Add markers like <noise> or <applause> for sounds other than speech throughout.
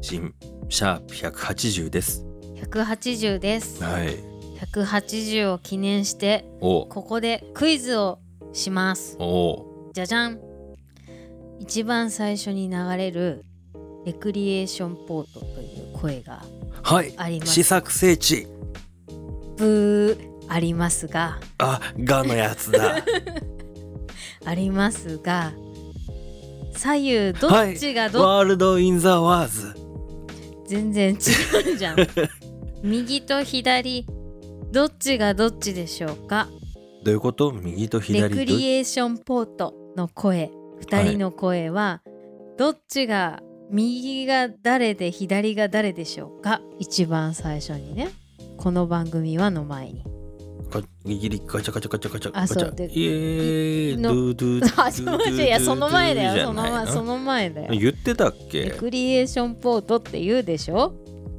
新シャープ180です180ですはい180を記念しておここでクイズをしますおじゃじゃん一番最初に流れるレクリエーションポートという声がはいあります試作聖地ブーありますがあがのやつだありますが左右どっち <laughs> がどっちワールド・イン・ザ・ワーズ全然違うじ <laughs> ゃん右と左どっちがどっちでしょうかどういうこと右とレ左クリエーションポートの声2人の声は、どっちが右が誰で左が誰でしょうか一番最初にねこの番組はの前 <laughs> にか握りガチャガチャガチャガチャあガチャそうでイエーイのドゥド <laughs> ゥあちょっと待っていやその前だドゥよそドゥのドゥじゃない前その前だよ言ってたっレけクリエーションポートって言うでしょ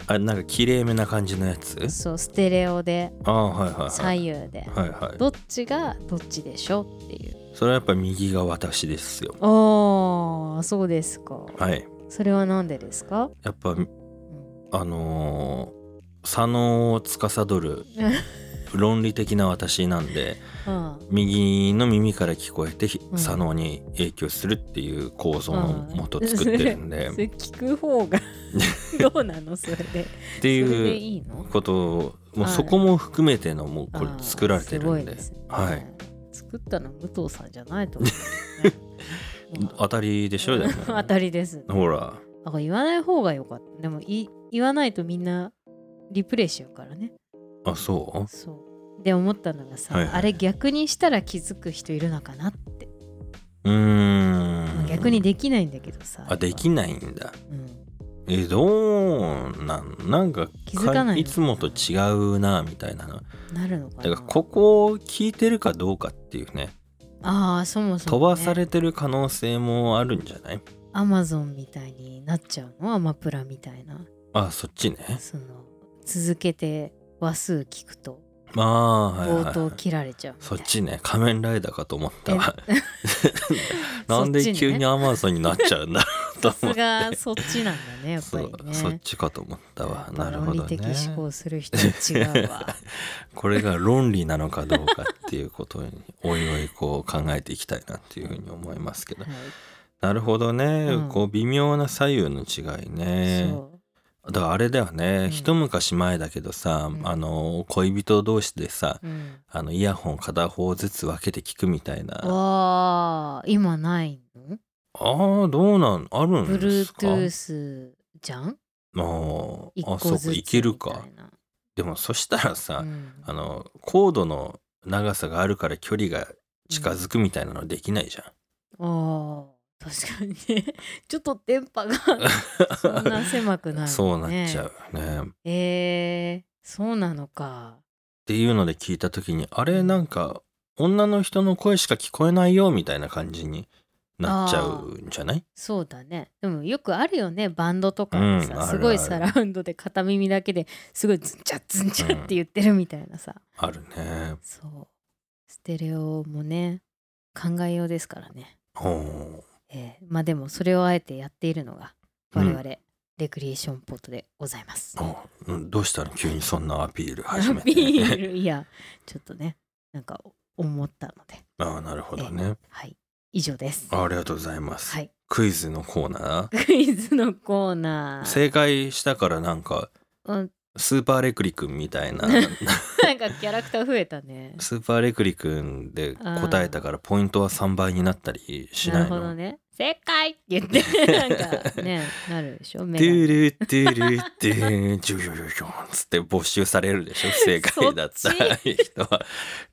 あなんかきれいめな感じのやつそうステレオでああはいはいは左い右ではいはいどっちがどっちでしょうっていうそれはやっぱ右が私ですよああそうですかはいそれはなんでですかやっぱあのー、左脳を司る論理的な私なんでうん右の耳から聞こえてひうん左脳に影響するっていう構造のもと作ってるんで、それ聞く方が <laughs> どうなのそれでっってそれでいういいのことをもうはいそこも含めてのもうこれあー作られてるごんいでですねはい作ったの武藤さんじゃないと思う <laughs> けどね当たりでしょでも <laughs> 当たりですほらあこれ言わない方がよかったでもい言わないとみんなリプレイしちゃうからねあそそうで思ったのがさ、はいはいあれ逆にしたら気づく人いるのかなって、ううーん逆にできないんだけどさあできないんだうんえどうなんなんか気づかないのいつもと違うなみたいなのなるのかだなからここを聞いてるかどうかっていうねああそもそも、飛ばされてる可能性もあるんじゃないアマゾンみたいになっちゃうのアマプラみたいなあそっちねその続けて話数聞くとまあーはいはい、冒はい、頭切られちゃうみたそいっなちね仮面ライダーかと思ったわそっちね <laughs> なんで急にアマゾンになっちゃうんだろうさと思すってがそっちなんだね <laughs> やっぱ <laughs> そうりねそっちかと思ったわなるほど論理ね的思考する人は違う <laughs> わこれが論理なのかどうかっていうことにおいおいこう考えていきたいなっていうふうに思いま <laughs> すけどはいなるほどね、うんこう微妙な左右の違いねそうだからあれだよね、うん一昔前だけどさ、うんあの恋人同士でさうんあのイヤホン片方ずつ分けて聞くみたいなわあ今ないのあーどうなんあるんですか Bluetooth じゃんもう一あそ個うかずついけるみかたいなでもそしたらさ、うんあのコードの長さがあるから距離が近づくみたいなのできないじゃん。ああ確かにね <laughs> ちょっと電波がそんな狭くなる、ね、 <laughs> そうなっちゃうね。っえー、そうなのかていうので聞いた時にあれなんか女の人の声しか聞こえないよみたいな感じになっちゃうんじゃないそうだねでもよくあるよねバンドとかでうんさ、あるすごいあるサラウンドで片耳だけですごいズンチャズンチャって言ってるみたいなさ、あるね。そうステレオもね考えようですからね、ほえーまあでもそれをあえてやっているのがう我ん々、レクリエーションポートでございますう。ほううんどうしたの急にそんなアピールア始めて。ピールいやちょっとねなんか思ったので <laughs> ああなるほどね。はい以上ですありがとうございます。はいクイズのコーナクイズのコーナーー正解したからなんかうんスーパーレクリ君みたいななんかキャラクター増えたねスーパーレクリ君で答えたからポイントは3倍になったりしななるいほのどね正解って言ってなんかねなるでしょト目がゥルトゥルトゥンジュジュジュジュンつって没収されるでしょ不正解だったそっ人は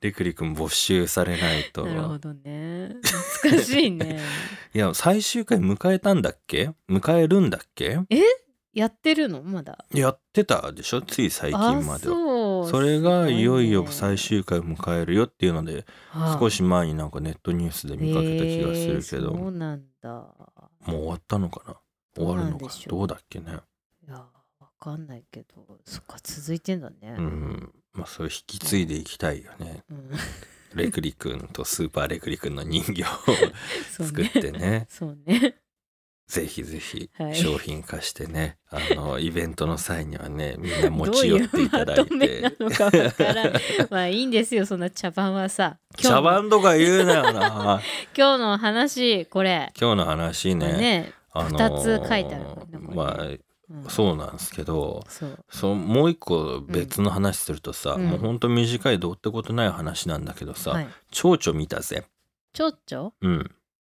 りくりくん没収されないとなるほどね難しいねいや最終回迎えたんだっけ迎えるんだっけやってるのまだやってたでしょつい最あ近まではそうそれがいよいよ最初終回迎えるよっていうので少し前になんかネットニュースで見かけた気がするけど、えーそうなんだもう終わったのかな終わるどうなのかんでなしょうどうだっけねいやわかんないけどそっか続いてんだねうんまあそれ引き継いでいきたいよねうんレクリ君とスーパーレクリ君の人形を <laughs> そう作っねてねそうねぜひぜひはい商品化してね、あのイベントの際にはねみんな持どうちい寄っうていたまだといめてなのかわからんまあいいんですよそんな茶番はさ今日茶の番とか言うなよ <laughs> な今日の話これ今日の話こねれねあの二つ書いてあるからねこれねまうんあそうなんですけどそうそのもう一個別の話するとさ、うんもうほんと短いどうってことない話なんだけどさ、はい蝶々見たぜ、蝶々うん、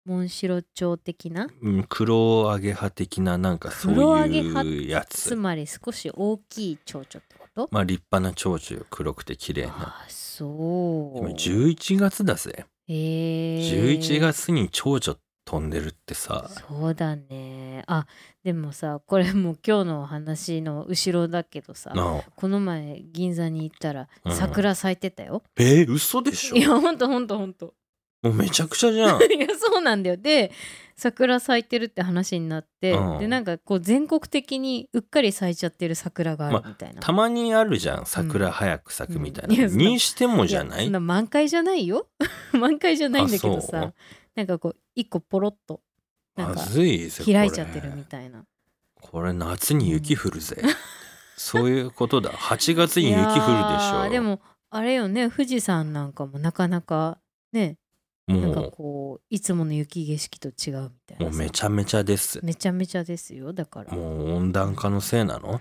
モンシロチョウ的なうん黒揚げ派的ななんかそ黒う揚げ派いうやつつまり少し大きい蝶々ってことまあ立派な蝶々よ黒くて綺麗なあそう今11月だぜ、えー、 11月に蝶々飛んでるってさそうだねあでもさこれもう今日のお話の後ろだけどさなあこの前銀座に行ったらうん桜咲いてたよ、えー、嘘でしょいやほんとほんとほんと <laughs> もうめちゃくちゃじゃんいやそうなんだよで桜咲いてるって話になって、うんでなんかこう全国的にうっかり咲いちゃってる桜があるみたいな、たまにあるじゃん桜早く咲くみたいうんいな、やそんなにしてもじゃないやそんな満開じゃないよ <laughs> 満開じゃないんだけどあそさうなんかこう一個ポロッとなんまかずいぜ開いちゃってるみいたいなこれ夏に雪降 <laughs> るぜ、そういうことだ8月に雪降るでしいやょーでもあれよね富士山なんかもなかなかねなんかもこういつもの雪景色と違うみたいうもなうさめちゃめちゃですめちゃめちゃですよだからもう温暖化のせいなの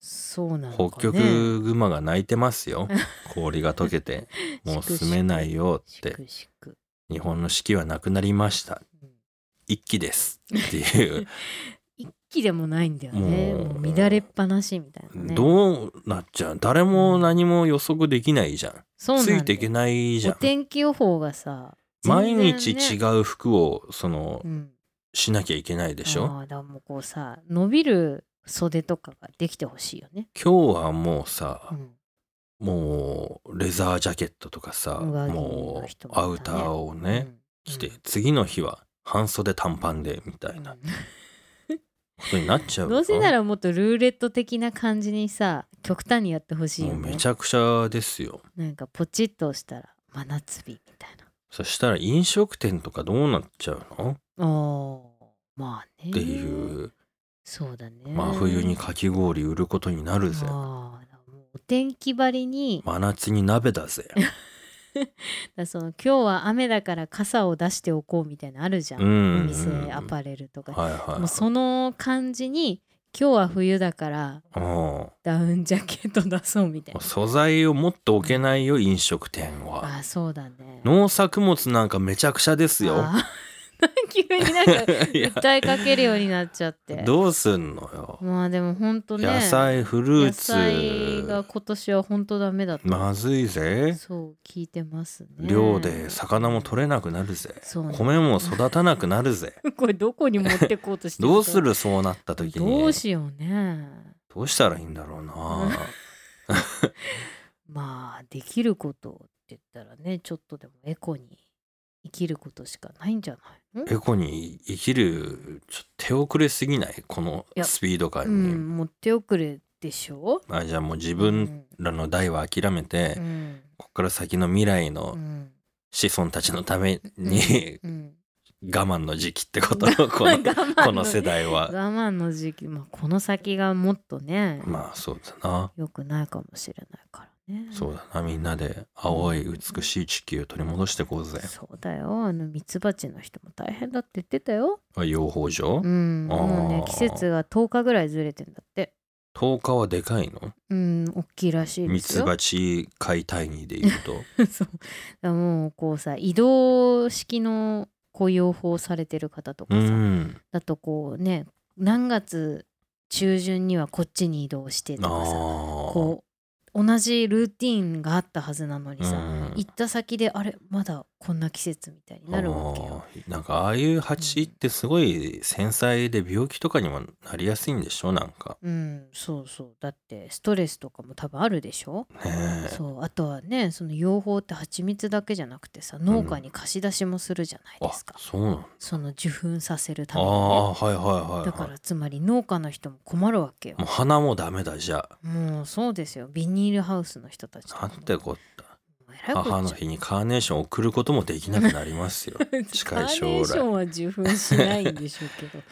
そうなのかね北極グマが泣いてますよ氷が溶 <laughs> けてもう住めないよっしてくしく、日本の四季はなくなりましたうん一気ですっていう一気でもないんだよねもうもう乱れっぱなしみたいな <laughs> ねどうなっちゃう誰も何も予測できないじゃんそうなんつだよいていけないじゃおん天気予報がさ毎全然ね日違う服をそのうんしなきゃいけないでしょ、あーだからもうこうさ伸びる袖とかができてほしいよね、今日はもうさう、ん、もうレザージャケットとかさ、上着もの人うもいたねアウターをね、着て、み次の日は半袖短パンでみたいなことになっちゃうよどうせならもっとルーレット的な感じにさ極端にやってほしいもようねめちゃくちゃですよなんかポチッと押したら真夏日みたいそしたら飲食店とかどうなっちゃうのなおーまあねっていうそうだね真冬にかき氷売ることになるぜあーだからもうお天気ばりに、真夏に鍋 <laughs> だぜだからその今日は雨だから傘を出しておこうみたいなのあるじゃん、うんうんうんお店アパレルとか、はいはいもうその感じに今日は冬だからうんダウンジャケット出そうみたいな素材を持っておけないよ飲食店はあーそうだね農作物なんかめちゃくちゃですよ。あー急になんか <laughs> いや訴えかけるようになっちゃってどうすんのよ。まあでもほんとね野菜フルーツ野菜が今年はほんとダメだった、まずいぜ。そう聞いてますね漁で魚も取れなくなるぜ。そうね米も育たなくな <laughs> るぜ。これどこに持ってこうとしてんだどうするそうなった時にどうしようねどうしたらいいんだろうな。まあできることって言ったらねちょっとでもエコに生きることしかないんじゃないのエコに生きるちょっと手遅れすぎないこのいやスピード感うに。ん持って遅れでしょあじゃあもう自自分らの代は諦めて、うんこっから先の未来うのん子孫たちのため <laughs> にうん <laughs> 我慢の時期ってことの <laughs> こ我の慢この世代は我慢の時期、まあ、この先がもっとね、まあそうだな良くないかもしれないからねそうだなみんなで青い美しい地球を取り戻していこうぜそうだよあのミツバチの人も大変だって言ってたよあ養蜂場うんあーもうね季節が10日ぐらいずれてんだって10日はでかいのうん大きいらしいでミすツよバチ <laughs> 解体にで言うとそうだからもうこうさ移動式のこう養蜂されてる方とかうさ、んだとこうね何月中旬にはこっちに移動してとあかさーこう同じルーティンがあったはずなのにさ、うん行った先であれまだこんな季節みたいになるわけよ。あーなんかああいう蜂ってすごい繊細で病気とかにもなりやすいんでしょなんかうん、そうそうだってストレスとかも多分あるでしょねえそうあとはねその養蜂って蜂蜜だけじゃなくてさ農家に貸し出しもするじゃないあですか、そうなのその受粉させるたあめに、ね、あーはいはいはい、はい、だからつまり農家の人も困るわけよもう花もダメだじゃもうそうですよビニールハウスの人たちとかあなんてこったもうえらいこっちゃ母の日にカーネーション送ることもできなくなりますよ近いカーネーション将来は受粉しないんでしょうけど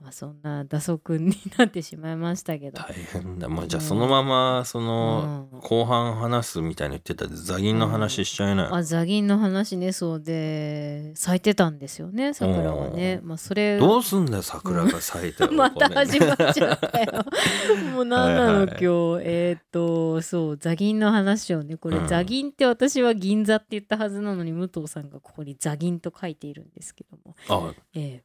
まあそんな打足になってしまいましたけど、大変だもうじゃあうんそのままそうのん、後半話すみたいに言ってたザギンの話しちゃいな <laughs> よ、あザギンの話ねそうで咲いてたんですよね桜はね、まあ、それどうすんだよ桜が咲いたら、 <laughs> またこれね始まっちゃったよ。もう何なの、 <laughs> はいはい今日。えーっ、とそうザギンの話をねこれ、うんザギンって私は銀座って言ったはずなのに武藤さんがここにザギンと書いているんですけども、あええ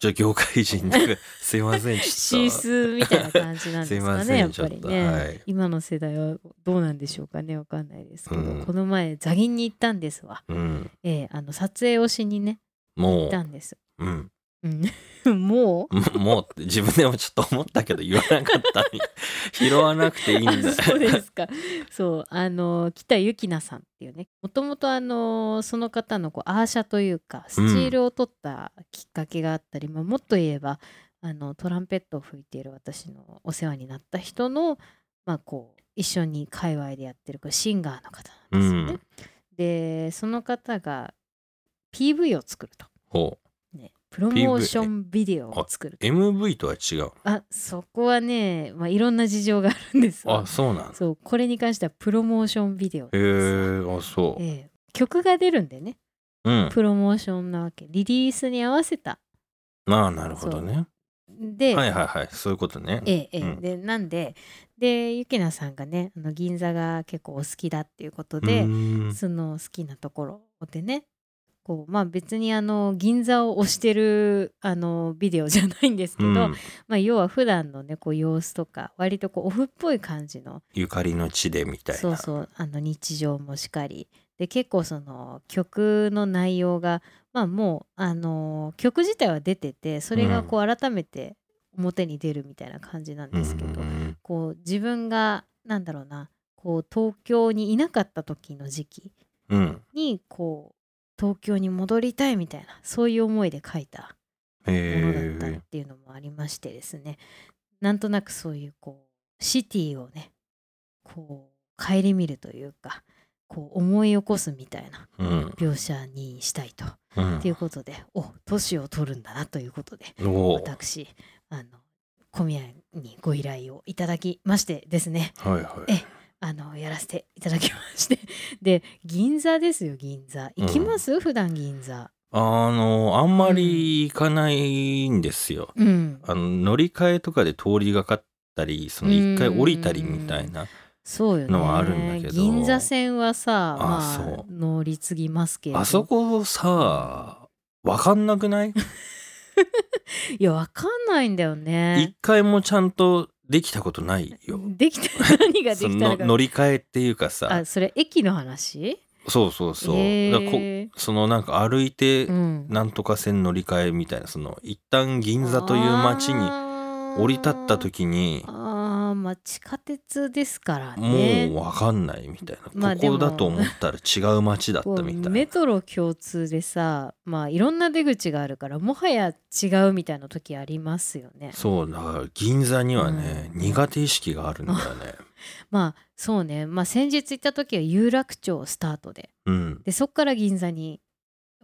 じゃあ業界人ですい <laughs> ませんシーちょっスみたいな感じなんですか <laughs> すいませんねやっぱりちょっね、とはい今の世代はどうなんでしょうかねわかんないですけど、うんこの前ザギンに行ったんですわ。とうんええあの撮影をしにね行もったんです。う、うん、うん、 <laughs> もうもうって自分でもちょっと思ったけど言わなかった <laughs> 拾わなくていいんだ <laughs> あそうですか。そう、あの、北ゆきなさんっていうね、もともとあの、その方のこうアーシャというか、スチールを取ったきっかけがあったり、まあ、もっと言えば、あの、トランペットを吹いている私のお世話になった人の、まあ、こう、一緒に界隈でやってるこうシンガーの方なんですよね。うんで、その方が PV を作ると。ほうね、プロモーションビデオを作ると。 MV とは違うあそこはね、まあ、いろんな事情があるんですがあそうなんだそうこれに関してはプロモーションビデオなんへえですよあそええ曲が出るんでねううんプロモーションなわけリリースに合わせたまあなるほどねで、はいはいはいそういうことねええええうんでなんででゆきなさんがねあの銀座が結構お好きだっていうことうで、ーんその好きなところでねこうまあ別にあの銀座を推してるあのビデオじゃないんですけど、うんまあ、要は普段のねこう様子とか割とこうオフっぽい感じのゆかりの地でみたいなそうそうあの日常もしかりで結構その曲の内容がまあもう、あのー曲自体は出ててそれがこう改めて表に出るみたいな感じなんうんですけど、うんこう自分がなんだろうなこう東京にいなかった時の時期うんにこう東京に戻りたいみたいなそういう思いで書いたものだったへっていうのもありましてですね、なんとなくそういうこうシティをねこう顧みるというかこう思い起こすみたいなえうん描写にしたいと、うんっていうことでお都市を取るんだなということでおー私あの小宮にご依頼をいただきましてですねはいはいえあのやらせていただきましてで銀座ですよ銀座行きます、普段銀座あのあんまり行かないんですよ、うんあの乗り換えとかで通りがかったりその一回降りたりみたいなそうよね。のはあるんだけど銀座線はさ、あまあそ、乗り継ぎますけれど。あそこさわかんなくないいや、わかんないんだよ一ね。回もちゃんとできたことないよできた、 <laughs> 何がでそきたののか。乗り換えっていうかさあ、それ駅の話そうそうそう、へだからこーそのなんか歩いてうん。なんとか線乗り換えみたいなその一旦銀座という町に降り立った時にあーあー、まあ、地下鉄ですからもうね。分かんないみたいな、まあでこもこだと思ったら違う町だったこうみたいなメトロ共通でさまあいろんな出口があるからもはや違うみたいな時ありますよね。そうだから銀座にはね、うん苦手意識があるんだよ <laughs> ねまあそうねまあ先日行った時は有楽町スタートでうん、でそこから銀座に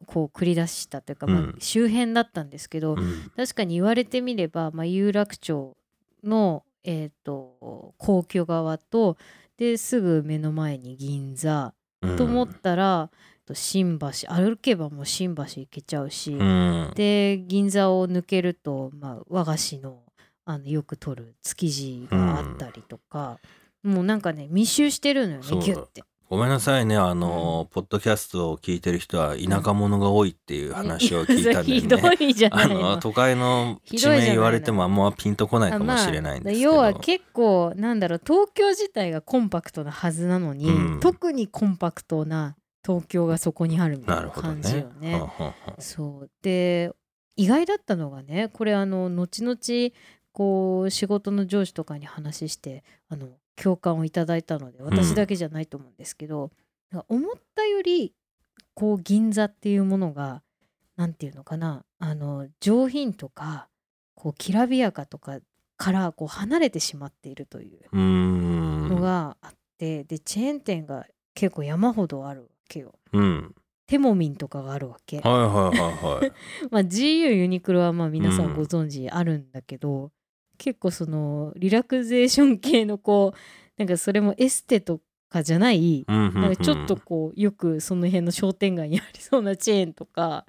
こう繰り出したというか、まあうん周辺だったんですけど、うん、確かに言われてみれば、まあ、有楽町の、えー、と皇居側とですぐ目の前に銀座うんと思ったら、と新橋歩けばもう新橋行けちゃうし、うんで銀座を抜けると、まあ、和菓子のあのよく取る築地があったりとか、もうなんかね密集してるのよそうねだギュッて。ごめんなさいねあの、ポッドキャストを聞いてる人は田舎者が多いっていう話を聞い <laughs> たんひでどねいじゃなあいのの都会のひ地どいじゃない名の言われてもあんまピンとこないあかもしれないんですけど、要は結構なんだろう東京自体がコンパクトなはずなのに、うん特にコンパクトな東京がそこにあるみたいななるほど感じねよね。はんはんはんそうで意外だったのがねこれあの後々こう仕事の上司とかに話してあの共感をいただいたので私だけじゃないと思うんですけど、なんか思ったよりこう銀座っていうものがなんていうのかなあの上品とかこうきらびやかとかからこう離れてしまっているといううーんのがあって、でチェーン店が結構山ほどあるわけよ。うんテモミンとかがあるわけ。はいはいはいはいまあ、GU ユニクロはまあ皆さうんんご存知あるんだけど、結構そのリラクゼーション系のこうなんかそれもエステとかじゃない、うんうんなうんんかちょっとこうよくその辺の商店街にありそうなチェーンとか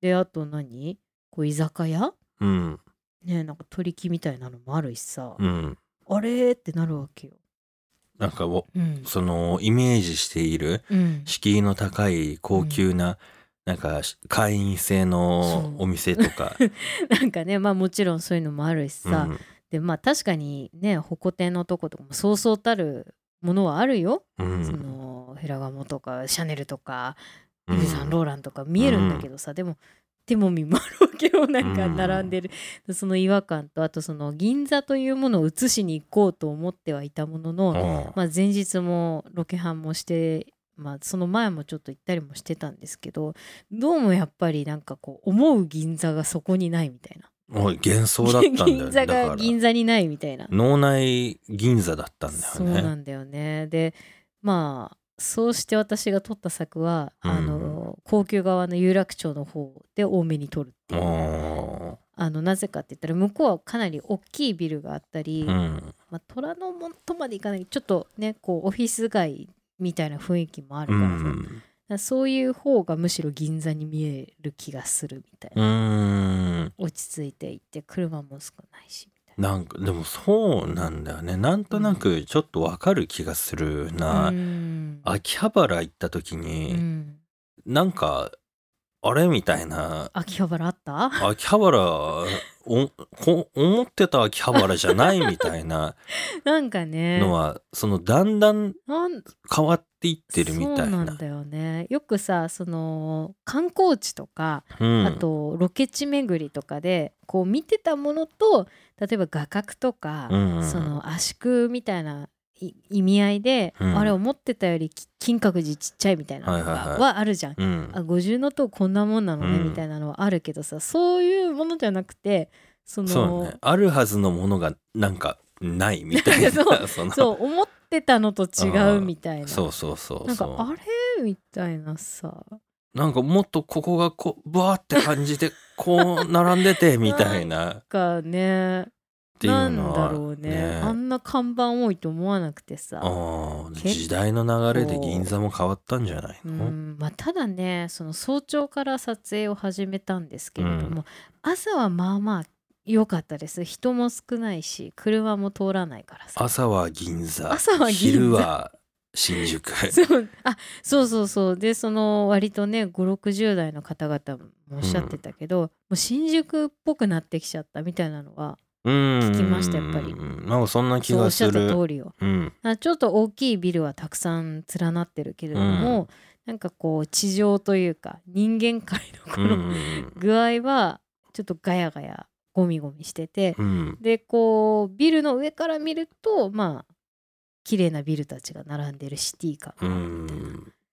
であと何こう居酒屋うんねなんか取り木みたいなのもあるしさ、うんあれってなるわけよ。なんかおうんそのイメージしているうん、 <laughs> 敷居の高い高級な、なんか会員制のそうお店とかなんかねまあもちろんそういうのもあるしさ、うんでまあ確かにねホコ天のとことかもそうそうたるものはあるようんそのフェラガモとかシャネルとかうイんヴ・サンローランとか見えるんだけどさ、でも手もみもあるわけよなんかうん並んでる、その違和感とあとその銀座というものを移しに行こうと思ってはいたものの、うんまあ、前日もロケハンもして、まあ、その前もちょっと行ったりもしてたんですけどどうもやっぱりなんかこう思う銀座がそこにないみたいなもう幻想だったんだよ、ね、 <laughs> 銀座だかがら銀座にないみたいな脳内銀座だったんだよねそうなんだよねでまあそうして私が取った策は、うんあの高級側の有楽町の方で多めに取るっていう、おあのなぜかって言ったら向こうはかなり大きいビルがあったり、ーうんまあ、虎ノ門とまで行かないちょっとねこうオフィス街みたいな雰囲気もあるうからさだかんらそういう方がむしろ銀座に見える気がするみたいな、うん落ち着いていて車も少ないしみたいなんかでもそうなんだよねなんとなくちょっとわかる気がするな。な、うん秋葉原行った時うに、ん、なんかあれみたいな秋葉原あった <laughs> 秋葉原おこ思ってた秋葉原じゃないみたいななんか <laughs> ねのは、そのだんだんなん変わっていってるみたいそうななんだよねよくさその観光地とか、うんあとロケ地巡りとかでこう見てたものと例えば画角とか、うんその圧縮みたいない意味合いで、うんあれ思ってたよりき金閣寺ちっちゃいみたいなのはいはいはがいはあるじゃん。うんあ五重の塔こんなもんなのね、うみんたいなのはあるけどさそういうものじゃなくてそのそうねあるはずのものがなんかないみたいな <laughs> そそのそう思ってたのと違うみたいな。 <laughs> そうそうそうなんかそうあれみたいなさなんかもっとここがこうバーって感じでこう並ん <laughs> でてみたいなっかねていうなんのだはろうねあんな看板多いと思わなくてさあー結構時代の流れで銀座も変わったんじゃないうの、んまあ、ただねその早朝から撮影を始めたんですけれども、朝はまあまあ良かったです人も少ないし車も通らないからさ朝は銀座朝は銀座昼は新宿 <laughs> そうあそうそうそうでその割とね560代の方々もおっしゃってたけど、もう新宿っぽくなってきちゃったみたいなのは聞きましたやっぱりなんかそんな気そうおがっしすゃっるた通りよ。うんあちょっと大きいビルはたくさん連なってるけれども、なんかこう地上というか人間界のこうんうのん具合はちょっとガヤガヤゴミゴミしてて、うんでこうビルの上から見るとまあ綺麗なビルたちが並んでるシティ感うがあるみたい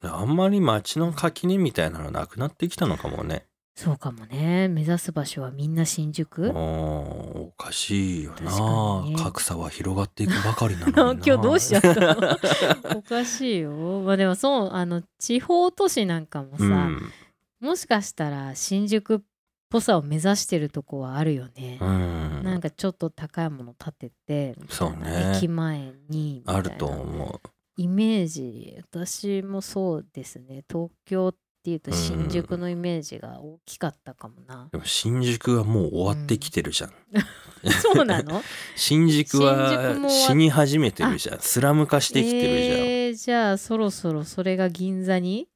な、んあんまり街の垣根みたいなのなくなってきたのかもねそうかもね目指す場所はみんな新宿おおかしいよ確かな、にね格差は広がっていくばかりなの <laughs> <laughs> 今にな日どうしちゃった <laughs> のおかしいよまあでもそうあの地方都市なんかもさ、うん、もしかしたら新宿っぽさを目指してるとこはあるよね。うんなんかちょっと高いもの建ててみたいなそうね駅前にみたいなあると思イメージ私もそうですね東京っていうと新宿のイメージが大きかったかもなう、でも新宿はもう終わってきてるじゃん、そうな <laughs> の新宿新宿もはわ死に始めてるじゃんスラム化してきてるじゃん、えー、じゃあそろそろそれが銀座に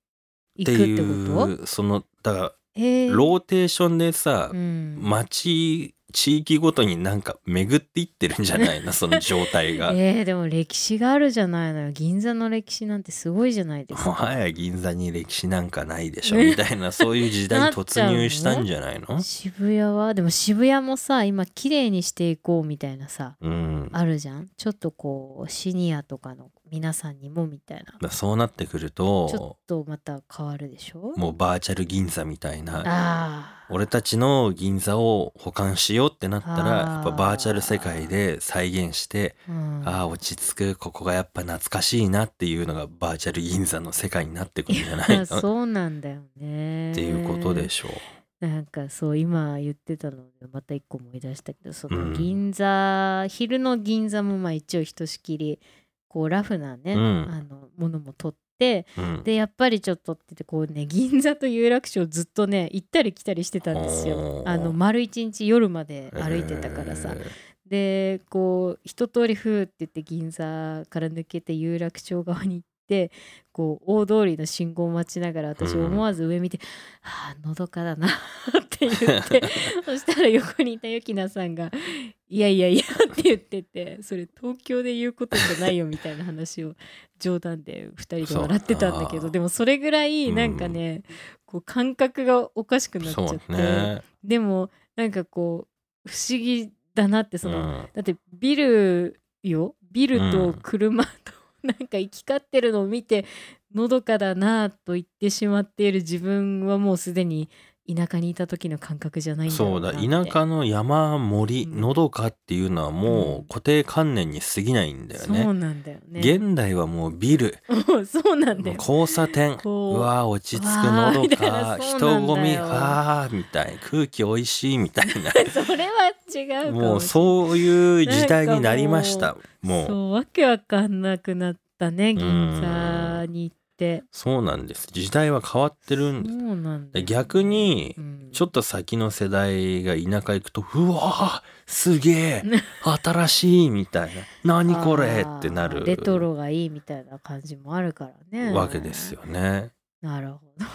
行ってくってこというそのだからえー、ローテーションでさ、うん町地域ごとになんか巡っていってるんじゃない <laughs> のその状態が。もえー、でも歴史があるじゃないのよ銀座の歴史なんてすごいじゃないですか <laughs> はや銀座に歴史なんかないでしょみた <laughs> いなそういう時代に突入したんじゃないの渋谷はでも渋谷もさ今綺麗にしていこうみたいなさうん、だかあるじゃんちょっとこうシニアとかの皆さんにもみたいならそうなってくるちょとっとまた変わるでしょもうバーチャル銀座みたいなああ俺たちの銀座を保管しようってなったらあーやっぱバーチャル世界で再現してうんああ落ち着くここがやっぱ懐かしいなっていうのがバーチャル銀座の世界になってくるんじ <laughs> ゃないのっそうなんだよねていうことでしょう。なんかそう今言ってたのでまた一個思い出したけどそうんの銀座、昼の銀座もまあ一応ひとしきりこうラフなね、うんあのものも取ってうん、でやっぱりちょっとってこうね銀座と有楽町ずっとね行ったり来たりしてたんですよおーあの丸一日夜まで歩いてたからさ、えーでこう一通りふーって言って銀座から抜けて有楽町側に行ってこう大通りの信号を待ちながら私うん思わず上見て「はあのどかだな」 <laughs> って言って <laughs> そしたら横にいたゆきなさんが「いやいやいや」って言っててそれ東京で言うことじゃないよみたいな話を冗談で2人で笑ってたんだけそうどでもそれぐらいなんかね、こう感覚がおかしくなっちゃっそうて、ね、でもなんかこう不思議だなってその、うんだってビルよビルと車となんか行き交ってるのを見てのどかだなと言ってしまっている自分はもうすでに田舎にいた時の感覚じゃないんだろそううなだって田舎の山森うんのどかっていうのはうもんう固定観念に過ぎないんだよそうね。なんだよね現代はもうビル、もう <laughs> そうなんだもうよ交差点こううわー落ち着くわーのどみたいなかそうなんだよ人混みあーみたい空気おいしいみたいな <laughs> それは違うかもしれないもうそういう時代になりましたもうそそううわけわかんなくなったね銀座に行ってなんです時代は変わってるそんですうなんだでよ逆にうんちょっと先の世代が田舎行くと「うわーすげえ新しい」みたいな「何これ!」ってなあるーレトロがいいみたいな感じもあるからねわけですよね。なるほど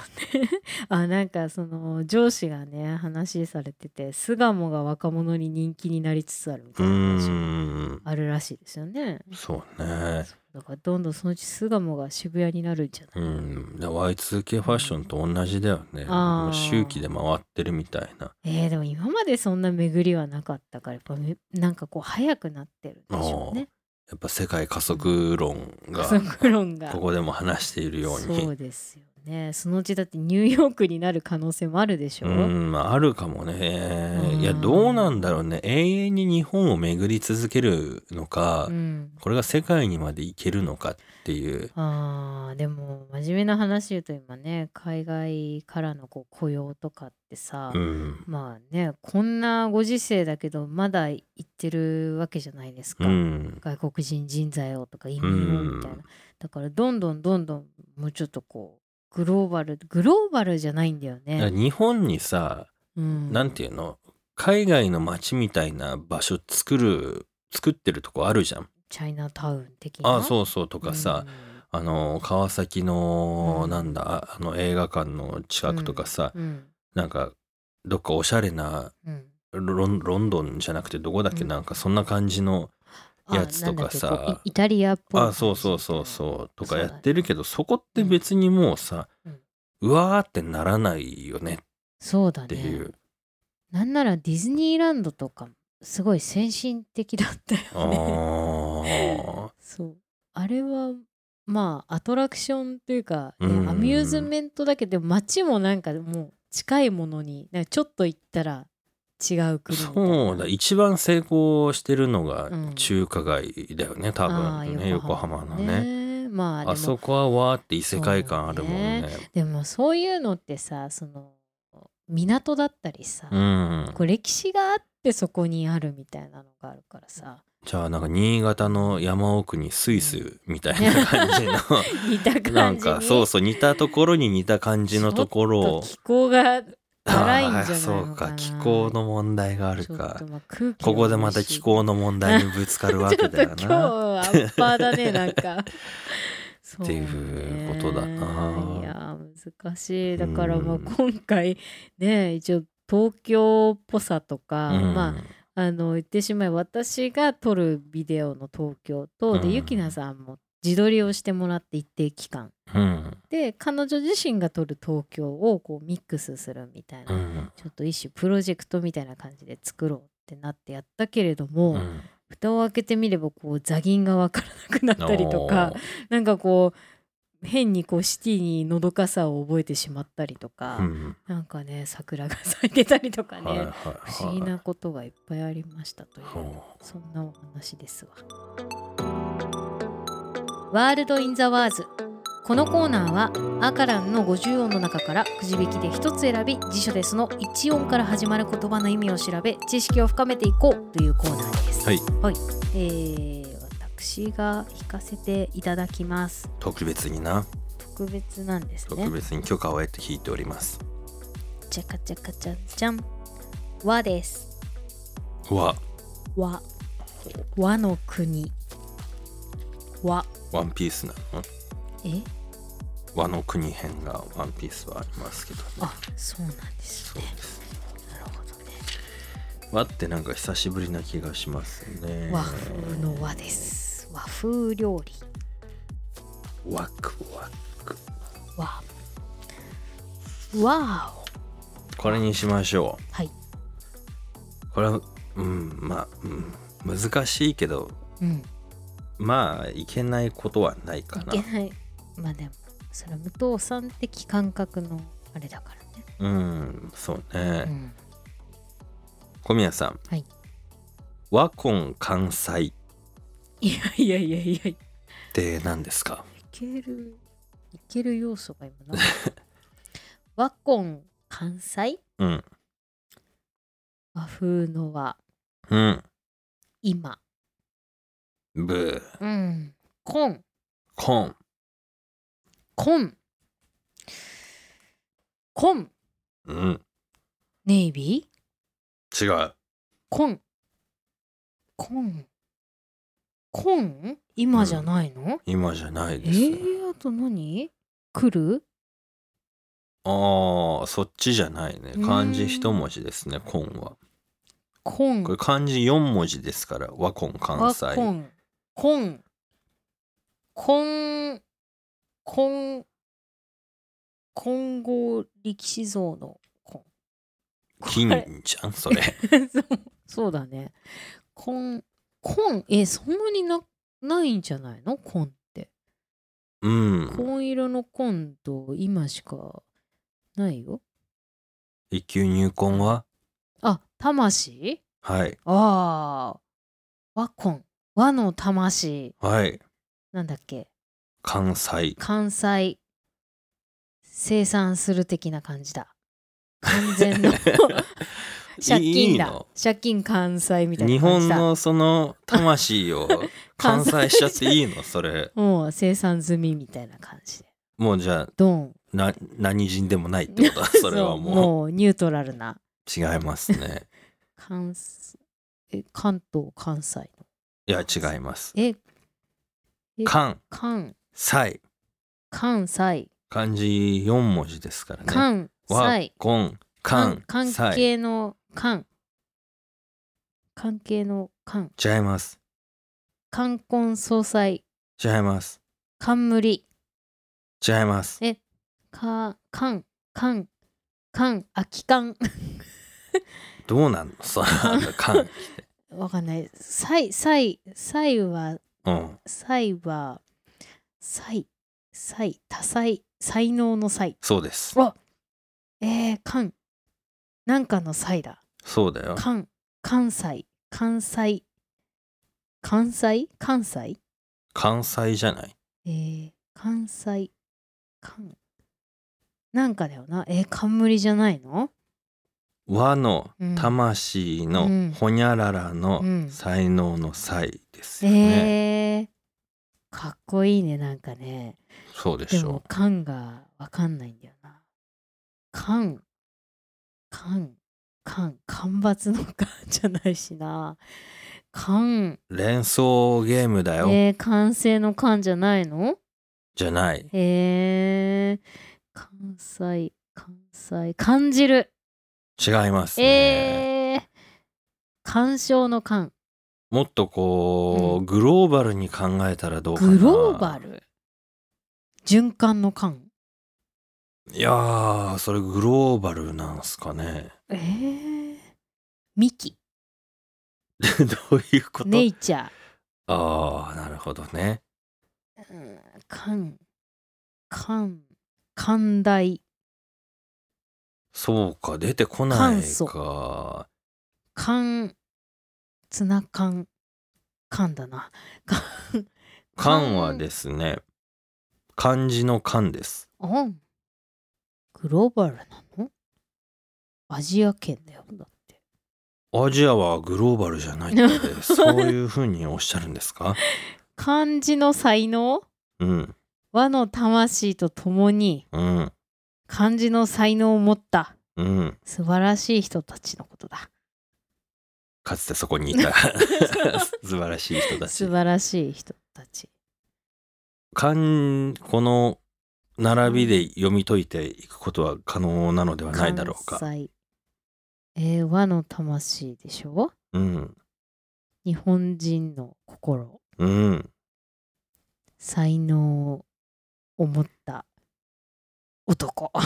ね <laughs> あなんかその上司がね話されてて巣鴨が若者に人気になりつつあるみうたいな話もーんあるらしいですよねそうね。そうだからどんどんそのうち巣鴨が渋谷になるんじゃないうん、で Y2K ファッションと同じだよね。あーもう周期で回ってるみたいな。えー、でも今までそんな巡りはなかったからやっぱめなんかこう早くなってるんでしょうねやっぱ世界加速論加が速論がここでも話しているようそに。うですよねそのうちだってニューヨークになる可能性もあるでしょうーんまああるかもねうんいやどうなんだろうね永遠に日本を巡り続けるのか、うんこれが世界にまで行けるのかっていうあーでも真面目な話言うと今ね海外からのこう雇用とかってさ、うん、まあねこんなご時世だけどまだ行ってるわけじゃないですか、うん、外国人人材をとか移民をみたいな、うんだからどんどんどんどんもうちょっとこうグローバルグローバルじゃないんだよだかね。ら日本にさうん、なんていうの海外の街みたいな場所作る作ってるとこあるじゃん。チャイナタウン的なあうそうそうとかさ、んあの川崎の、うんなんだあの映画館の近くとかさ、うんなんかどっかおしゃれなうんロンロンドンじゃなくてどこだっけ、うんなんかそんな感じのあやつとかさなんだっけこうイイタリアっぽいあそうそうそうそうとかやってるけどそ,、こってうん別にもうさ、うんうわーってならないよねそうだってねいう、なんならディズニーランドとかもすごい先進的だったよね。あ <laughs> そうあれはまあアトラクションというか、ねうんアミューズメントだけど街もなんかもう近いものになんかちょっと行ったら違うー国みたいなそうだ一番成功してるのがうん中華街だよね、多あ分ーね横浜のねまあであもそこはわーって異世界感あるもんねでもそういうのってさその港だったりさ、うんこう歴史があってそこにあるみたいなのがあるから <laughs> さじゃあなんか新潟の山奥にスイスみたいな感 <laughs> じの似た感じになんかそうそう似たところに似た感じのところちょっをと気候が辛いんじゃないのかなあーそうか気候の問題があるちょっかとまあ空気ここでまた気候の問題にぶつかる <laughs> わちょけっとだ今よ日な。はアッパーだねなん <laughs> か。っていうことだなそうねいや難しいだからまあうん今回ね一応東京っぽさとか、うんまああの言ってしまえば私が撮るビデオの東京と、でうんゆきなさんも自撮りをしてもらって一定期間うんで彼女自身が撮る東京をこうミックスするみたいな、うんちょっと一種プロジェクトみたいな感じで作ろうってなってやったけれども、うん蓋を開けてみればこう座銀が分からなくなったりとかおーなんかこう変にこうシティにのどかさを覚えてしまったりとか、うんなんかね桜が咲いてたりとかね、はいはい不思議はいなことがいっぱいありましたという、ほそんなお話ですわ。ワールド・イン・ザ・ワーズこのコーナーはアカランの50音の中からくじ引きで一つ選び辞書でその1音から始まる言葉の意味を調べ知識を深めていこうというコーナーです。はい、えー私が引かせていただきます。特別にな特別なんですね特。別に許可を得て引いております。ちゃかちゃかちゃじゃん。和です。わ和。和の国。和。ワンピースなのえ和の国編がワンピースはありますけどね、あそうなんですそうね。ですねなるほどね。和ってなんか久しぶりな気がしますね和風の和です。和風料理。ワクワク和。わお。これにしましょはい。うこれはうんまあ、うん、難しいけどうん。まあいけないことはないかいなけない。まあでも、それは武藤さん的感覚のあれだからね。うんそうね、うん。 <laughs> 小宮さんはい和魂関西いやいやいやいやいって何ですかけるいける要素が今なかった <laughs> 和魂関西うん和風の和うん今ブーうんコンコンコンコンうんネイビー違うコンコンコン今じゃないの、今じゃないえです、ー、あと何来るああそっちじゃないねうん漢字一文字ですねコンはコンこれ漢字四文字ですから和コン関西あコンコンコンコン金剛力士像のコンこ金じゃんそれれ <laughs> そうそうだねコンコンえそんなになないんじゃないのコンってうん紺色のコンと今しかないよ一級入魂はあ魂はいああ和コン和の魂はいなんだっけ関西関西生産する的な感じだ完全 <laughs> の借いい金だの借金関西みたい日な感本じだのその <laughs> 魂を関関西西しちゃっていいのそれもう生産済みみたいな感じでもうじゃあドンな何人でもないってことだそれ <laughs> はうもうニュートラルなう違いますね関西え関東関西のいや違いますえ関関西関西漢字四文字ですからね関和西コン関関西係の関関係の関違います冠婚葬祭違います冠違いますか、かん、かん、かん、空き缶。 <laughs> どうなんのその関ってわかんない。さい、さい、さいは、うんさいは、さい、さい、多才、才能の才。そうですえー、かん。なんかの才だ。そうだよかん、関西、関西、関西、関西関西じゃないえー、関西、かん。なんかだよな。えー、冠じゃないの和のうん魂うのんほにゃららのうん才能の才ですよね、えー、かっこいいね、なんかね。そうででしもょ缶がわかんないんだよな。缶間間間伐の間 <laughs> じゃないしな間連想ゲームだよ、えー、完成の間じゃないのじゃないへえ関西関西感じる違いますね、えー、鑑賞の間もっとこう、グローバルに考えたらどうかなグローバル循環の間いやーそれグローバルなんすかね <laughs> えー、幹どういうこと、ネイチャーああなるほどねうん関関関大そうか出てこない簡素か関ツナ缶缶だ <laughs> な缶漢はですね漢字の漢ですおんグローバルなのアジア圏だよだってアジアはグローバルじゃない <laughs> のでそういうふうにおっしゃるんですか漢字の才能うん和の魂とともにうん漢字の才能を持ったうん素晴らしい人たちのことだかつてそこにい <laughs> た素晴らしい人たち素晴らしい人たち漢この並びで読み解いていくことは可能なのではないだろうか。関西えー和の魂でしょうん、日本人の心うん、才能を持った男 <laughs>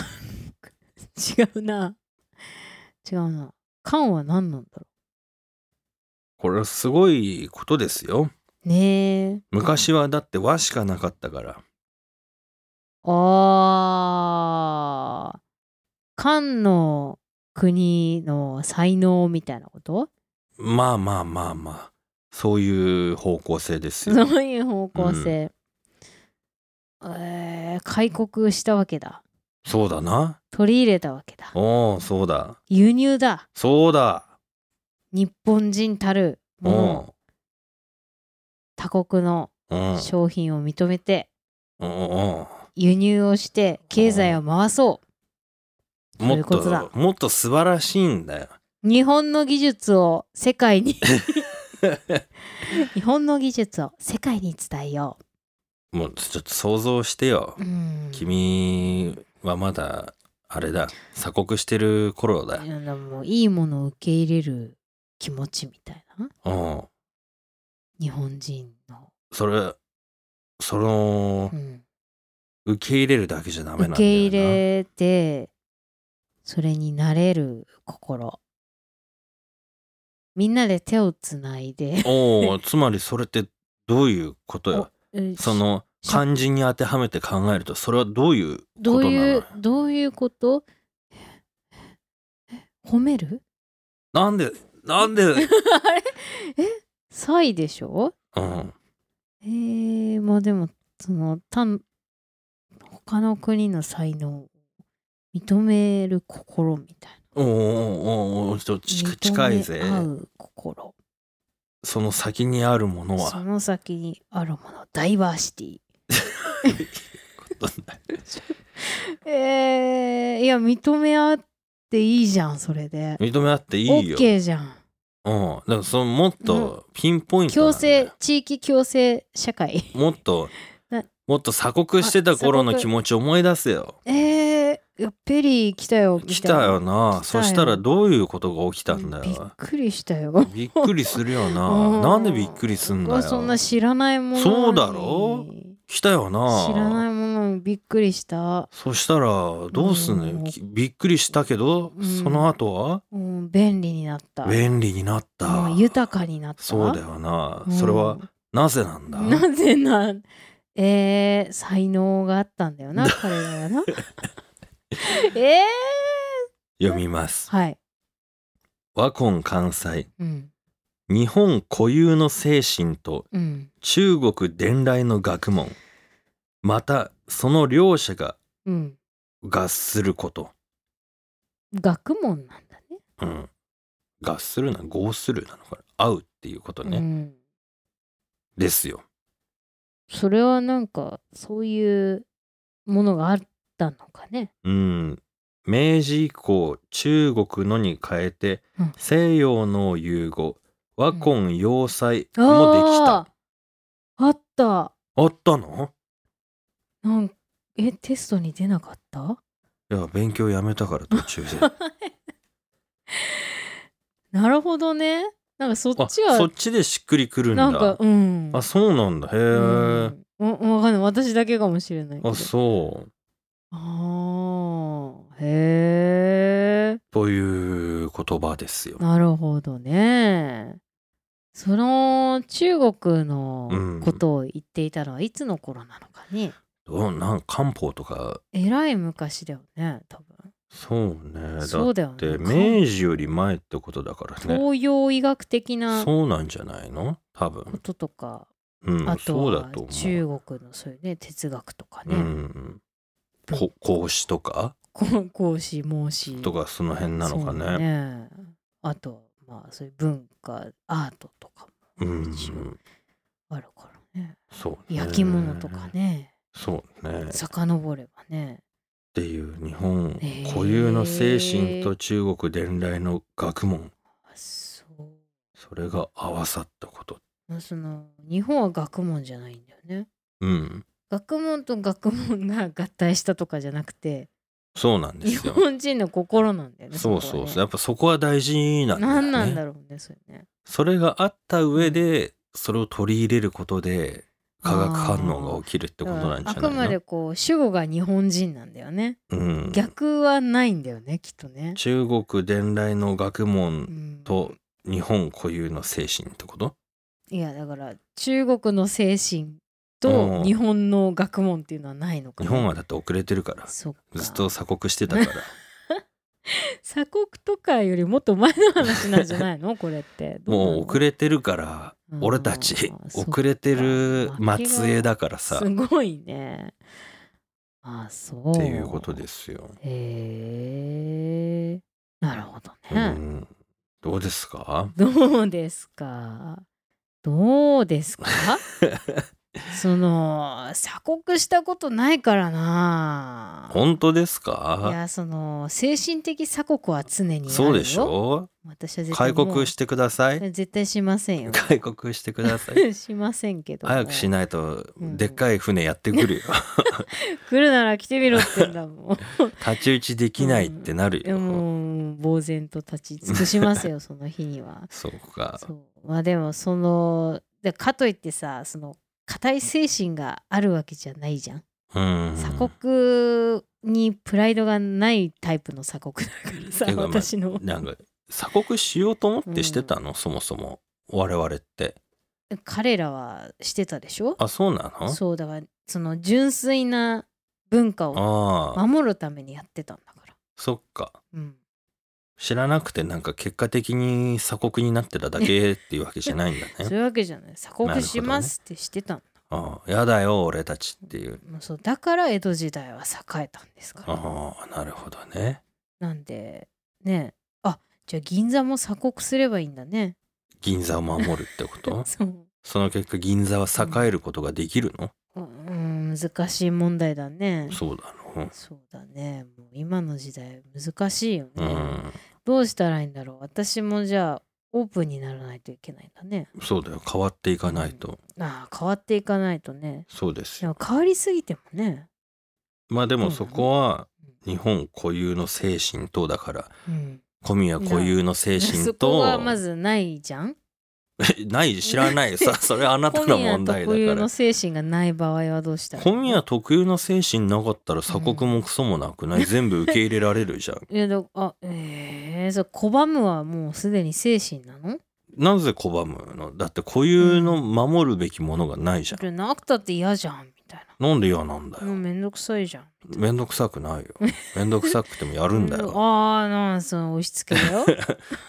違うな違うな缶は何なんだろこれはすごいことですよ。うねえ昔はだって和しかなかったから。あー缶の国の才能みたいなことまあまあまあまあ、そういう方向性ですそよ。ういう方向性、えー開国したわけだそうだな。取り入れたわけだおお、そうだ。輸入だそうだ。日本人たるうものんを。他国のうん。商品を認めてうんうん輸入をして経済を回そそうもいっうことだと、もっと素晴らしいんだよ。う日本の技術を世界 <laughs> に <laughs> 日本の技術を世界に伝えよもうちょっと想像してよう。うん君はまだあれだ鎖国してる頃だいやでもいいものを受け入れる気持ちみたいなうん日本人の、それそのうん受け入れるだけじゃダメなん受だよなけ入れてそれになれる心みんなで手をつないでおおつまりそれってどういうことよそのし漢字に当てはめて考えるとそれはどういうことどうなのいうよどういうこと褒めるなんでなんで、あれえサイでしょ <laughs> うん、えー、まあでもその単他の国の才能を認める心みたいおーおーおーちょっとな近近いぜ認め合う心その先にあるものそはの先にあるものダイバーシティことだよえー、いや認め合っていいじゃんそれで <laughs> 認め合っていいオよッ、ケーじゃんうん、だからそのもっとピンポイントなん共だよ生地域共生社会もっとなもっと鎖国してた頃のあ鎖国気持ち思い出せよ。えー、いやペリー来たよみたいな来たよな来たよそしたらどういうことが起きたんだびっよ。くりしたよ <laughs> びっくりするような。んなんでびっくりすんだ僕はよ。そんな知らないものにそうだろ来たよな。知らないものにびっくりした、そしたらどうすんのうよん。きびっくりしたけど、うんその後はうん、便利になった便利になったうん。豊かになったそうだよな。うんそれはなぜなんだ。なぜなんえー、才能があったんだよな彼らは <laughs> なえ読みますー、。はい、和魂関西うん日本固有の精神とうん中国伝来の学問またその両者がうん、合すること、学問なんだねうん、合するな合するなのかな合うっていうことね、うん、ですよそれはなんかそういうものがあったのかねうん明治以降中国のに変えて、うん西洋のを融合和魂要塞あーもできた、あったあったのなんえテストに出なかった <laughs> いや勉強やめたから途中でなるほどねなんかそっあちそはっちでしっくりくるんだなんかうんあそうなんだへえ、うんわわかんない私だけかもしれないけどあそうあーへえという言葉ですよなるほどねその中国うんのことを言っていたのはいつの頃なのかね、どうなん漢方とかえらい昔だよね多分そうねだそうだよってね明治より前ってことだからね東洋医学的なこそうなんじゃないの多分ととかうんあとそうだはと思う中国のそういうね哲学とかうね、んこ孔子とかこ孔子孟子とかその辺なのかそうだねねあとまあそういう文化アートとかうもん一応あるからね、そうね焼き物とかねそうねっ遡ればねていう日本へー固有の精神と中国伝来の学問あそうそれが合わさったことまあその日本は学問じゃないんだよねうん学問と学問が合体したとかじゃなくてそうなんで日すよ本人の心なんだよねそうこそはうねそうやっぱそこは大事なんだよね何なんだろうねそれねそれがあった上でそれを取り入れることで化学反応が起きるってことなんじゃだなからいのあくまでこう主語が日本人なんだよね、うん、逆はないんだよねきっとね、中国伝来の学う問ん、と日本固有の精神ってこといやだから中国の精神うんと日本の学問っていうのはないのか日な本はだって遅れてるからそっかずっと鎖国して <laughs> たから鎖国とかよりもっと前の話なんじゃないのこれってもう遅れれてるからうん俺たちそっか遅れてる末裔だからさすっごいねあそうていうことですよ。へえなるほどうね、ん、どうですかどうですかどうです <laughs> かその鎖国したことないからな本当ですいかやその精神的鎖国は常にあるよそうでしょ私は絶対開もう国してください。絶対しませ <laughs> んよ開国して <laughs> ください。しませんけども早くしないとうんでっかい船やってく <laughs> るよ。来るなら来てみろってんだ <laughs> もん太刀打ちできないってなるいやよ。もう呆然と立ち尽くします <laughs> よその日にはそうか。そうまあでもそのでかといってさその固い精神があるわけじゃないじゃんうん。鎖国にプライドがないタイプの鎖国だからさてかまあ私のなんか鎖国しようと思ってしてたの、そもそも我々って。彼らはしてたでしょあそうなのそうだからその純粋な文化をああ守るためにやってたんだから、そっか。うん、知らなくてなんか結果的に鎖国になってただけっていうわけじゃないんだそうね。いうわけじゃない鎖国しますってしてたんだ、ああやだよ俺たちっていう。もうそうだから江戸時代は栄えたんですからああなるほどね。なんでねあじゃあ銀座も鎖国すればいいんだね銀座を守るってこと <laughs> そうその結果銀座は栄えることができるの、うん難しい問題だねそうだろそうだねもう今の時代難しいよね、う。うん。どうしたらいいんだろう私もじゃあオープンにならないといけないんだねそうだよ。変わっていかないと。ああ変わっていかないとねそうですでよ。も変わりすぎてもね、まあでもそこうんは日本固有の精神とだからうん、小宮固有の精神そとこはまずないじゃん <laughs> ない知らないさそれあなた小の宮問題特有だかのら精神がない場合はどうしたらいい小の宮特有の精神なかったら鎖国もクソもなく <laughs> ない、全部受け入れられるじゃんいやだあえー、そう拒むはもうすでに精神なのなぜ拒むのだって固有の守るべきものがないじゃそれん、なくたって嫌じゃんみたいなんで嫌なんだなもうよめんどくさいじゃんめんどくさくないよめんどくさくてもやるんだよああなんその押し付けだ <laughs> よ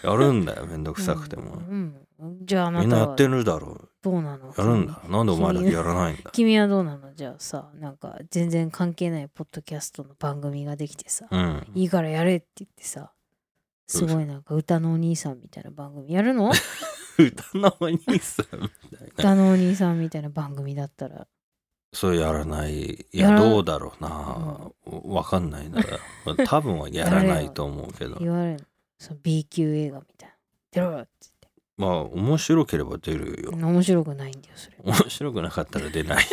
やるんだよめんどくさくても、うん、うんじゃああなみんなたやはってるだろどうなのうやるんだなんでお前だけやらないんだ君はどうなのじゃあさなんか全然関係ないポッドキャストの番組ができてさ、うんいいからやれって言ってさすごいなんか歌のお兄さんみたいな番組やる <laughs> の歌のお兄さんみたいな歌のお兄さんみたいな番組だったらそれやらないいややらどうだろうな、わかんないな <laughs> 多分はやらないと思うけど言われるのその B 級映画みたいな出ろよ <laughs> っつってまあ面白ければ出るよ面白くないんだよそれ面白くなかったら <laughs> 出ない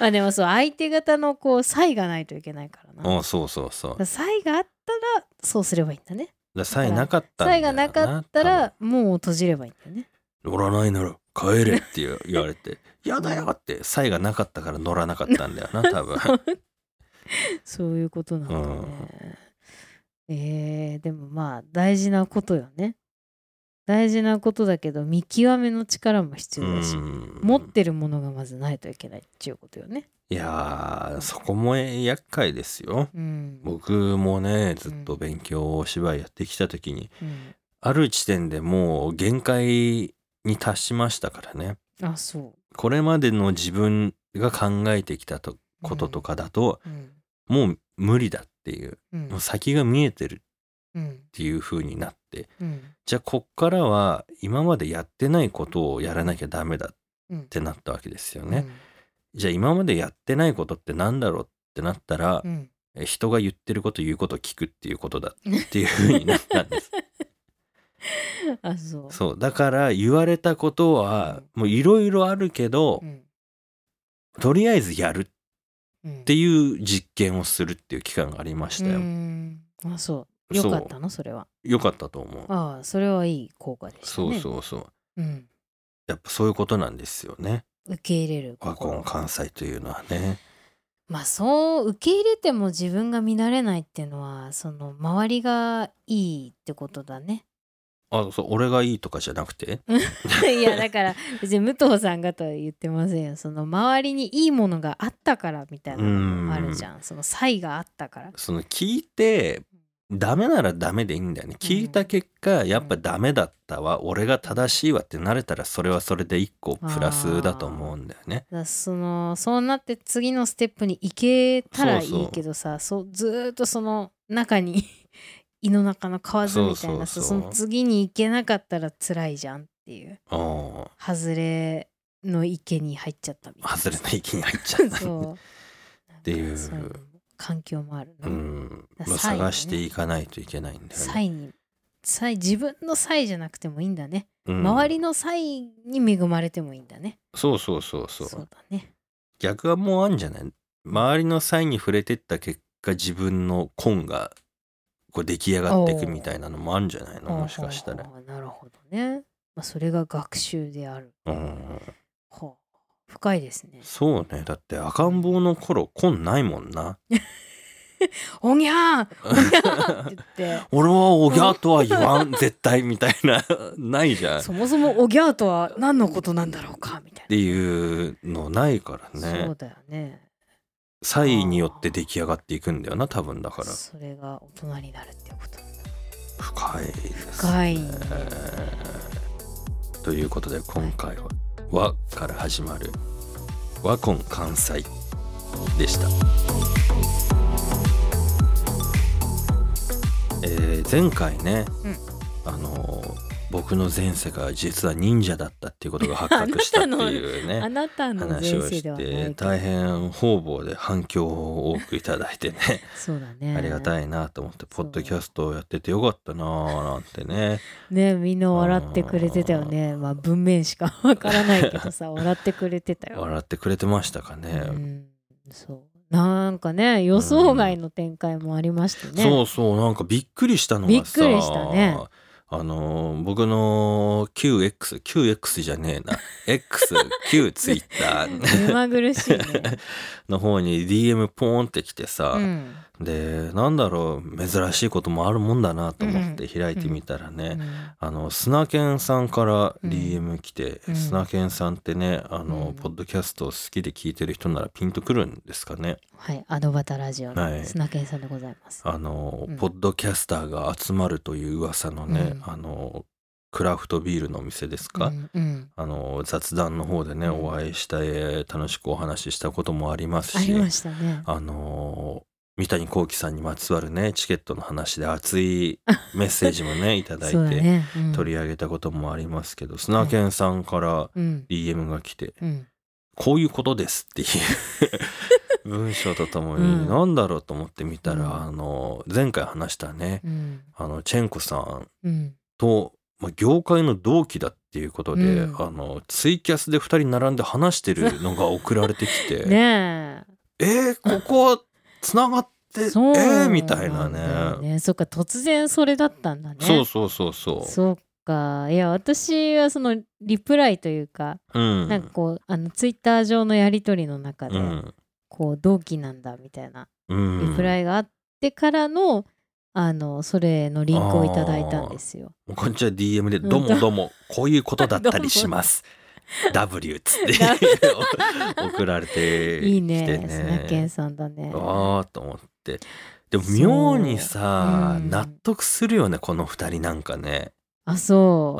まあでもそう相手方のこう差異がないといけないからなだかうんそうそうそうら差異があったらそうすればいいんだねださえなかったんだ差異よがなかったらもう閉じればいいんだよね乗らないなら帰れって言う言わ <laughs> れて「やだよ!」って差異がなかったから乗らなかったんだよな <laughs> 多分そういうことなんだね、えーでもまあ大事なことよね大事なことだけど見極めの力も必要だし、うん持ってるものがまずないといけないっていうことよねいやーそこも厄介ですようん、僕もねずっと勉強お芝居やってきた時に、うんある時点でもう限界に達しましたからねあそこれまでの自分が考えてきたとこととかだと、ううんもう無理だっていううんもう先が見えてるっうんていう風になってうんじゃあこっからは今までやってないことをやらなきゃダメだっうんてなったわけですよね。じゃあ今までやってないことってなんだろうってなったらう、んえ人が言ってること言うこと聞くっていうことだっていう風になったん <laughs> です。うんあそうそうだから言われたことはもういろいろあるけど、んとりあえずやるっうんていう実験をするっていう期間がありましたよ。うんあそうそようかったのそれはよかったと思う。ああそれはいい効果でしたそうねそうそう。う、うん、やっぱそういうことなんですよね。受け入れる和心ン関西というのはね。まあそう受け入れても自分が見慣れないっていうのはその周りがいいってことだ <laughs> ねあそう俺がいいとかじゃなくていやだから別に武藤さんがとは言ってませんよその周りにいいものがあったからみたいなのもあるじゃんその差異があったからその聞いてダメならダメでいいんだよね聞いた結果、やっぱダメだったわ俺が正しいわってなれたらそれはそれで一個プラスだと思うんだよねだからそのそうなって次のステップに行けたらそうそういいけどさそうずーっとその中に <laughs> 胃の中の蛙みたいなそそうそうそうの次に行けなかったら辛いじゃんっていうあー外れの池に入っちゃったみたいな外れの域に入っちゃった <laughs> そう <laughs> ていうなんかそうのも環境もあるな、うんだまあサインね探していかないといけないんだよね、才に才自分の才じゃなくてもいいんだね、うん周りの才に恵まれてもいいんだねそうそうそうそうだね逆はもうあんじゃない周りの際に触れてった結果自分の根がこう出来上がっていくみたいなのもあるんじゃないのもしかしたらほうほうほうなるほどね、まあ、それが学習である、うんほう深いですねそうねだって赤ん坊の頃こんないもんなおにゃーおに <laughs> ゃーって言って俺はおぎゃーとは言 <laughs> わん絶対みたいなないじゃんっそもそもおぎゃーとは何のことなんだろうかみたいていうのないからな、そねうだよね差異によって出来上がっていくんだよな多分だからそれが大人になるっていうこと深いです深いねということで今回は「和」から始まる「和魂関西」でした、えー前回ね、うんあのー僕の前世が実は忍者だったっていうことが発覚したっていう <laughs> あねなたの前話を世しではないてけど大変方々で反響を多くいただいてね <laughs> そうだねありがたいなと思ってポッドキャストをやっててよかったなーなんて <laughs> ねねみんな笑ってくれてたよねまあ文面しかわからないけど <laughs> さ笑ってくれてたよ、笑ってくれてましたかね、うん、そうなんかね予想外の展開もありましたね、そうそうなんかびっくりしたのがさびっくりしたねあのー僕の QXQX じゃねえな XQ ツイッター目まぐるしい <laughs> ね、の方に DM ポーンってきてさ、うんでなんだろう珍しいこともあるもんだなと思って開いてみたらね、うんあのスナケンさんから DM 来て、うんスナケンさんってねあの、うんポッドキャストを好きで聞いてる人ならピンとくるんですかねはいアドバタラジオはいの砂犬さんでございます、あの、うんポッドキャスターが集まるという噂のね、うんあのクラフトビールのお店ですか、うんうんあの雑談の方でね、うんお会いしたい楽しくお話ししたこともありますあしりましたねあの三谷幸喜さんにまつわるねチケットの話で <laughs> 熱いメッセージもねいただいてそうだね、うん、取り上げたこともありますけど、スナケンさんからうん DM が来てうんこういうことです <laughs> っていう文章とともうんに何だろうと思ってみたら、うんあの前回話したねうんあのチェンコさんうんと、まあ、業界の同期だっていうことで、うんあのツイキャスで2人並んで話してるのが送られてきて、 <laughs> ねえーここはつながってええそうー、みたいなんねだよねそっか突然それだったんだねそうそうそうそうそうかいや私はそのリプライというか、うんなんかこうあのツイッター上のやり取りの中で、うんこう同期なんだみたいなうん、リプライがあってからの,、あのそれのリンクをいただいたんですよ。もうこんにちは DM で「うんどうもど <laughs> うもこういうことだったりします」W っつ <laughs> って <laughs> 送られてきてねいいねスナケンさんだね。あーと思ってでも妙にさ、そううん納得するよねこの2人なんかねあそ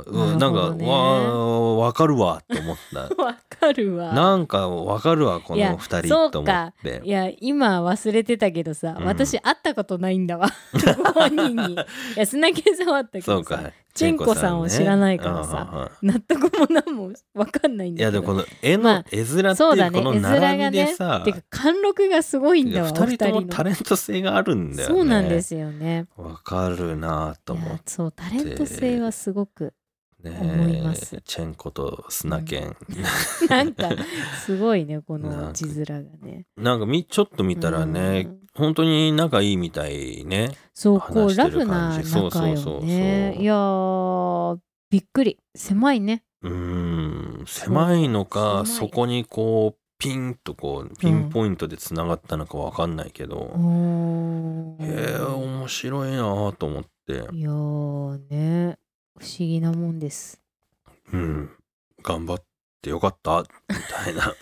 あーうんなるなんほどか、ねわわかるわって思っう。わかるた <laughs> わ。なんかわかるわこいやの2そう人かと思っていや今忘れてたけどさ、うん私会ったことないんだわ <laughs> ご本人に。いやスナケンさんはあったけどさそうかチェンコさんを知らないからさうんうんうん納得も何も分かんないんいだやけでどもこの絵まあの絵面ってそういだうねこの絵面並がびねでさ、てか貫禄がすごいんだわお2二人とも人タの。レント性があるんだよねそうなんですよね。わかるなと思いうやそうタレント性はすごくね思いますチェンコとスナケン、 <laughs> なんかすごいねこの字面がね。 <laughs> なんかみちょっと見たらね、うん本当に仲いいみたいねそうこ話うしてラるフな感じそう仲そうよそうそうね。いやーびっくり狭いね。うーん狭いのかそうそ狭いこにこうピンとこうピンポイントでつながったのかわかんないけうどー、んへえ面白いなと思って、いやーね不思議なもんです。 <laughs> うん、頑張ってよかったみたいな、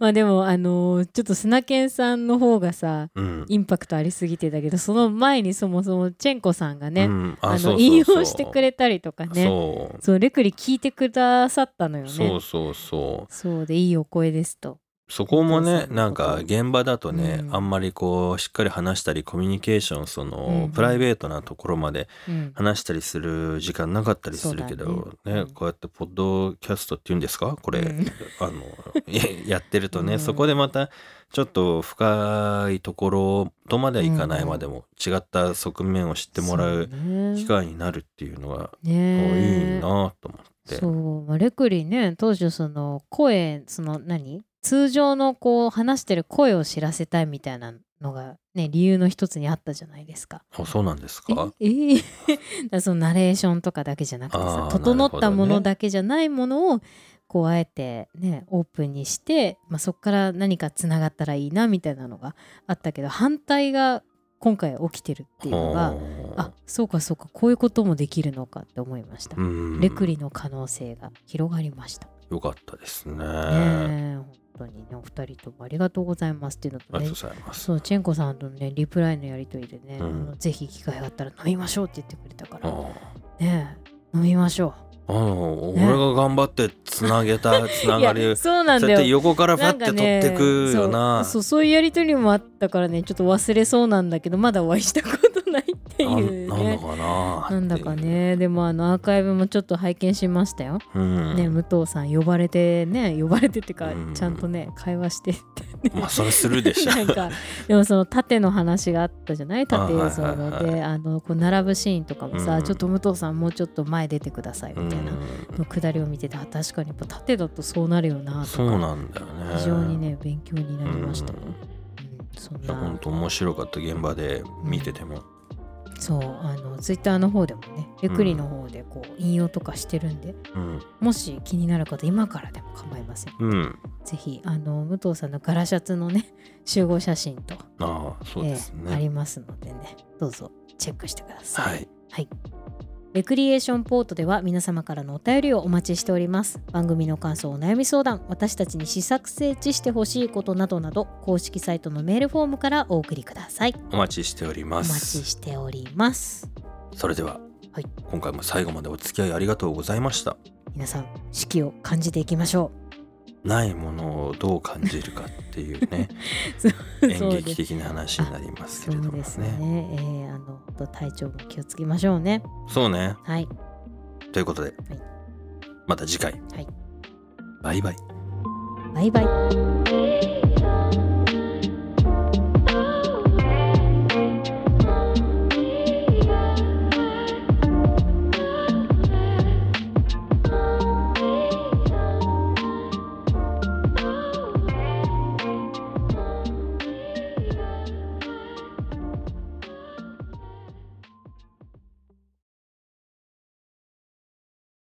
まあでもあのーちょっとスナケンさんの方がさうん、インパクトありすぎてたけどその前にそもそもチェンコさんがね、うん、あのそうそうそう引用してくれたりとかねそうそレクリ聞いてくださったのようねそうそうそうそうでいいお声ですとそこもお父さねんのなんか現場だとね、うんあんまりこうしっかり話したりコミュニケーションそうの、んプライベートなところまでうん話したりする時間なかったりするそけうど、だねねうんこうやってポッドキャストっていうんですかこれ、うんあのややってるとね、うんそこでまたちょっと深いところとまではいかないまでも、違った側面を知ってもらうそうね機会になるっていうのが、こうねいいなと思って。そう、まあ、レクリね当初その声その何通常のこう話してる声を知らせたいみたいなのがね理由の一つにあったじゃないですか。あそうなんですかええ <laughs> えだからそのナレーションとかだけじゃなくてさあー整ったもなるほのどねだけじゃないものをこうあえてねオープンにして、まあ、そこから何かつながったらいいなみたいなのがあったけど反対が今回起きてるっていうのがほうあそうかそうかこういうこともできるのかって思いましたう。んレクリの可能性が広がりました。よかったですね。ねあえ、本当にね、お二人ともありがとうございますっていうのとりねがとうご、ざいます。そう、チェンコさんとのね、リプライのやりとりでね、うんあのぜひ機会があったら飲みましょうって言ってくれたかあら、あねえ、飲みましょあの、ね俺が頑張ってつなげたつう。ないがりや、を、そうなんそうだやってよ。横からなパッんてか取っねてくよな。そうそうそういうやりとりもあったからねちょっと忘れそうなんだけどまだお会いしたことないっていうなんなんだねかなってないうんだか。ねでもあのアーカイブもちょっと拝見しましたようん。ね、武藤さん呼ばれてね呼ばれてってか、うんちゃんとね会話してって、ねまあそれするでしょ。 <laughs> なんかでもその縦の話があったじゃない縦映像あはいのはいはいであのこう並ぶシーンとかもさ、うんちょっと武藤さんもうちょっと前出てくださいみたいな、の下りを見ててあ確かにやっぱ縦だとそうなるようなんとそかうなんだよね。非常にね勉強にう。なんりました、うんいそんや本な当面白かった現場で見てても。そうあのツイッターの方でもねレクリの方でこう引用とかしてるんで、うん。もし気になる方今からでも構いませんうん。ぜひあの武藤さんのガラシャツのね <laughs> 集合写真と、ああそうですえーありね。ますのでねどうぞチェックしてください。はい。レクリエーションポートでは皆様からのお便りをお待ちしております。番組の感想、お悩み相談、私たちに試作整地してほしいことなどなど、公式サイトのメールフォームからお送りください。お待ちしておりおま待すち。しております。それでは、はい今回も最後までお付き合いありがとうございました皆さん、四季を感じていきましょないものをどう感じるかっていうねう。<laughs> 演そうで劇す的な話になりますけそれどうもねですそうね。ねえーあの本当体調も気をつけましょうね。はい。ということで、また次回、はいバイバイ。バイバイ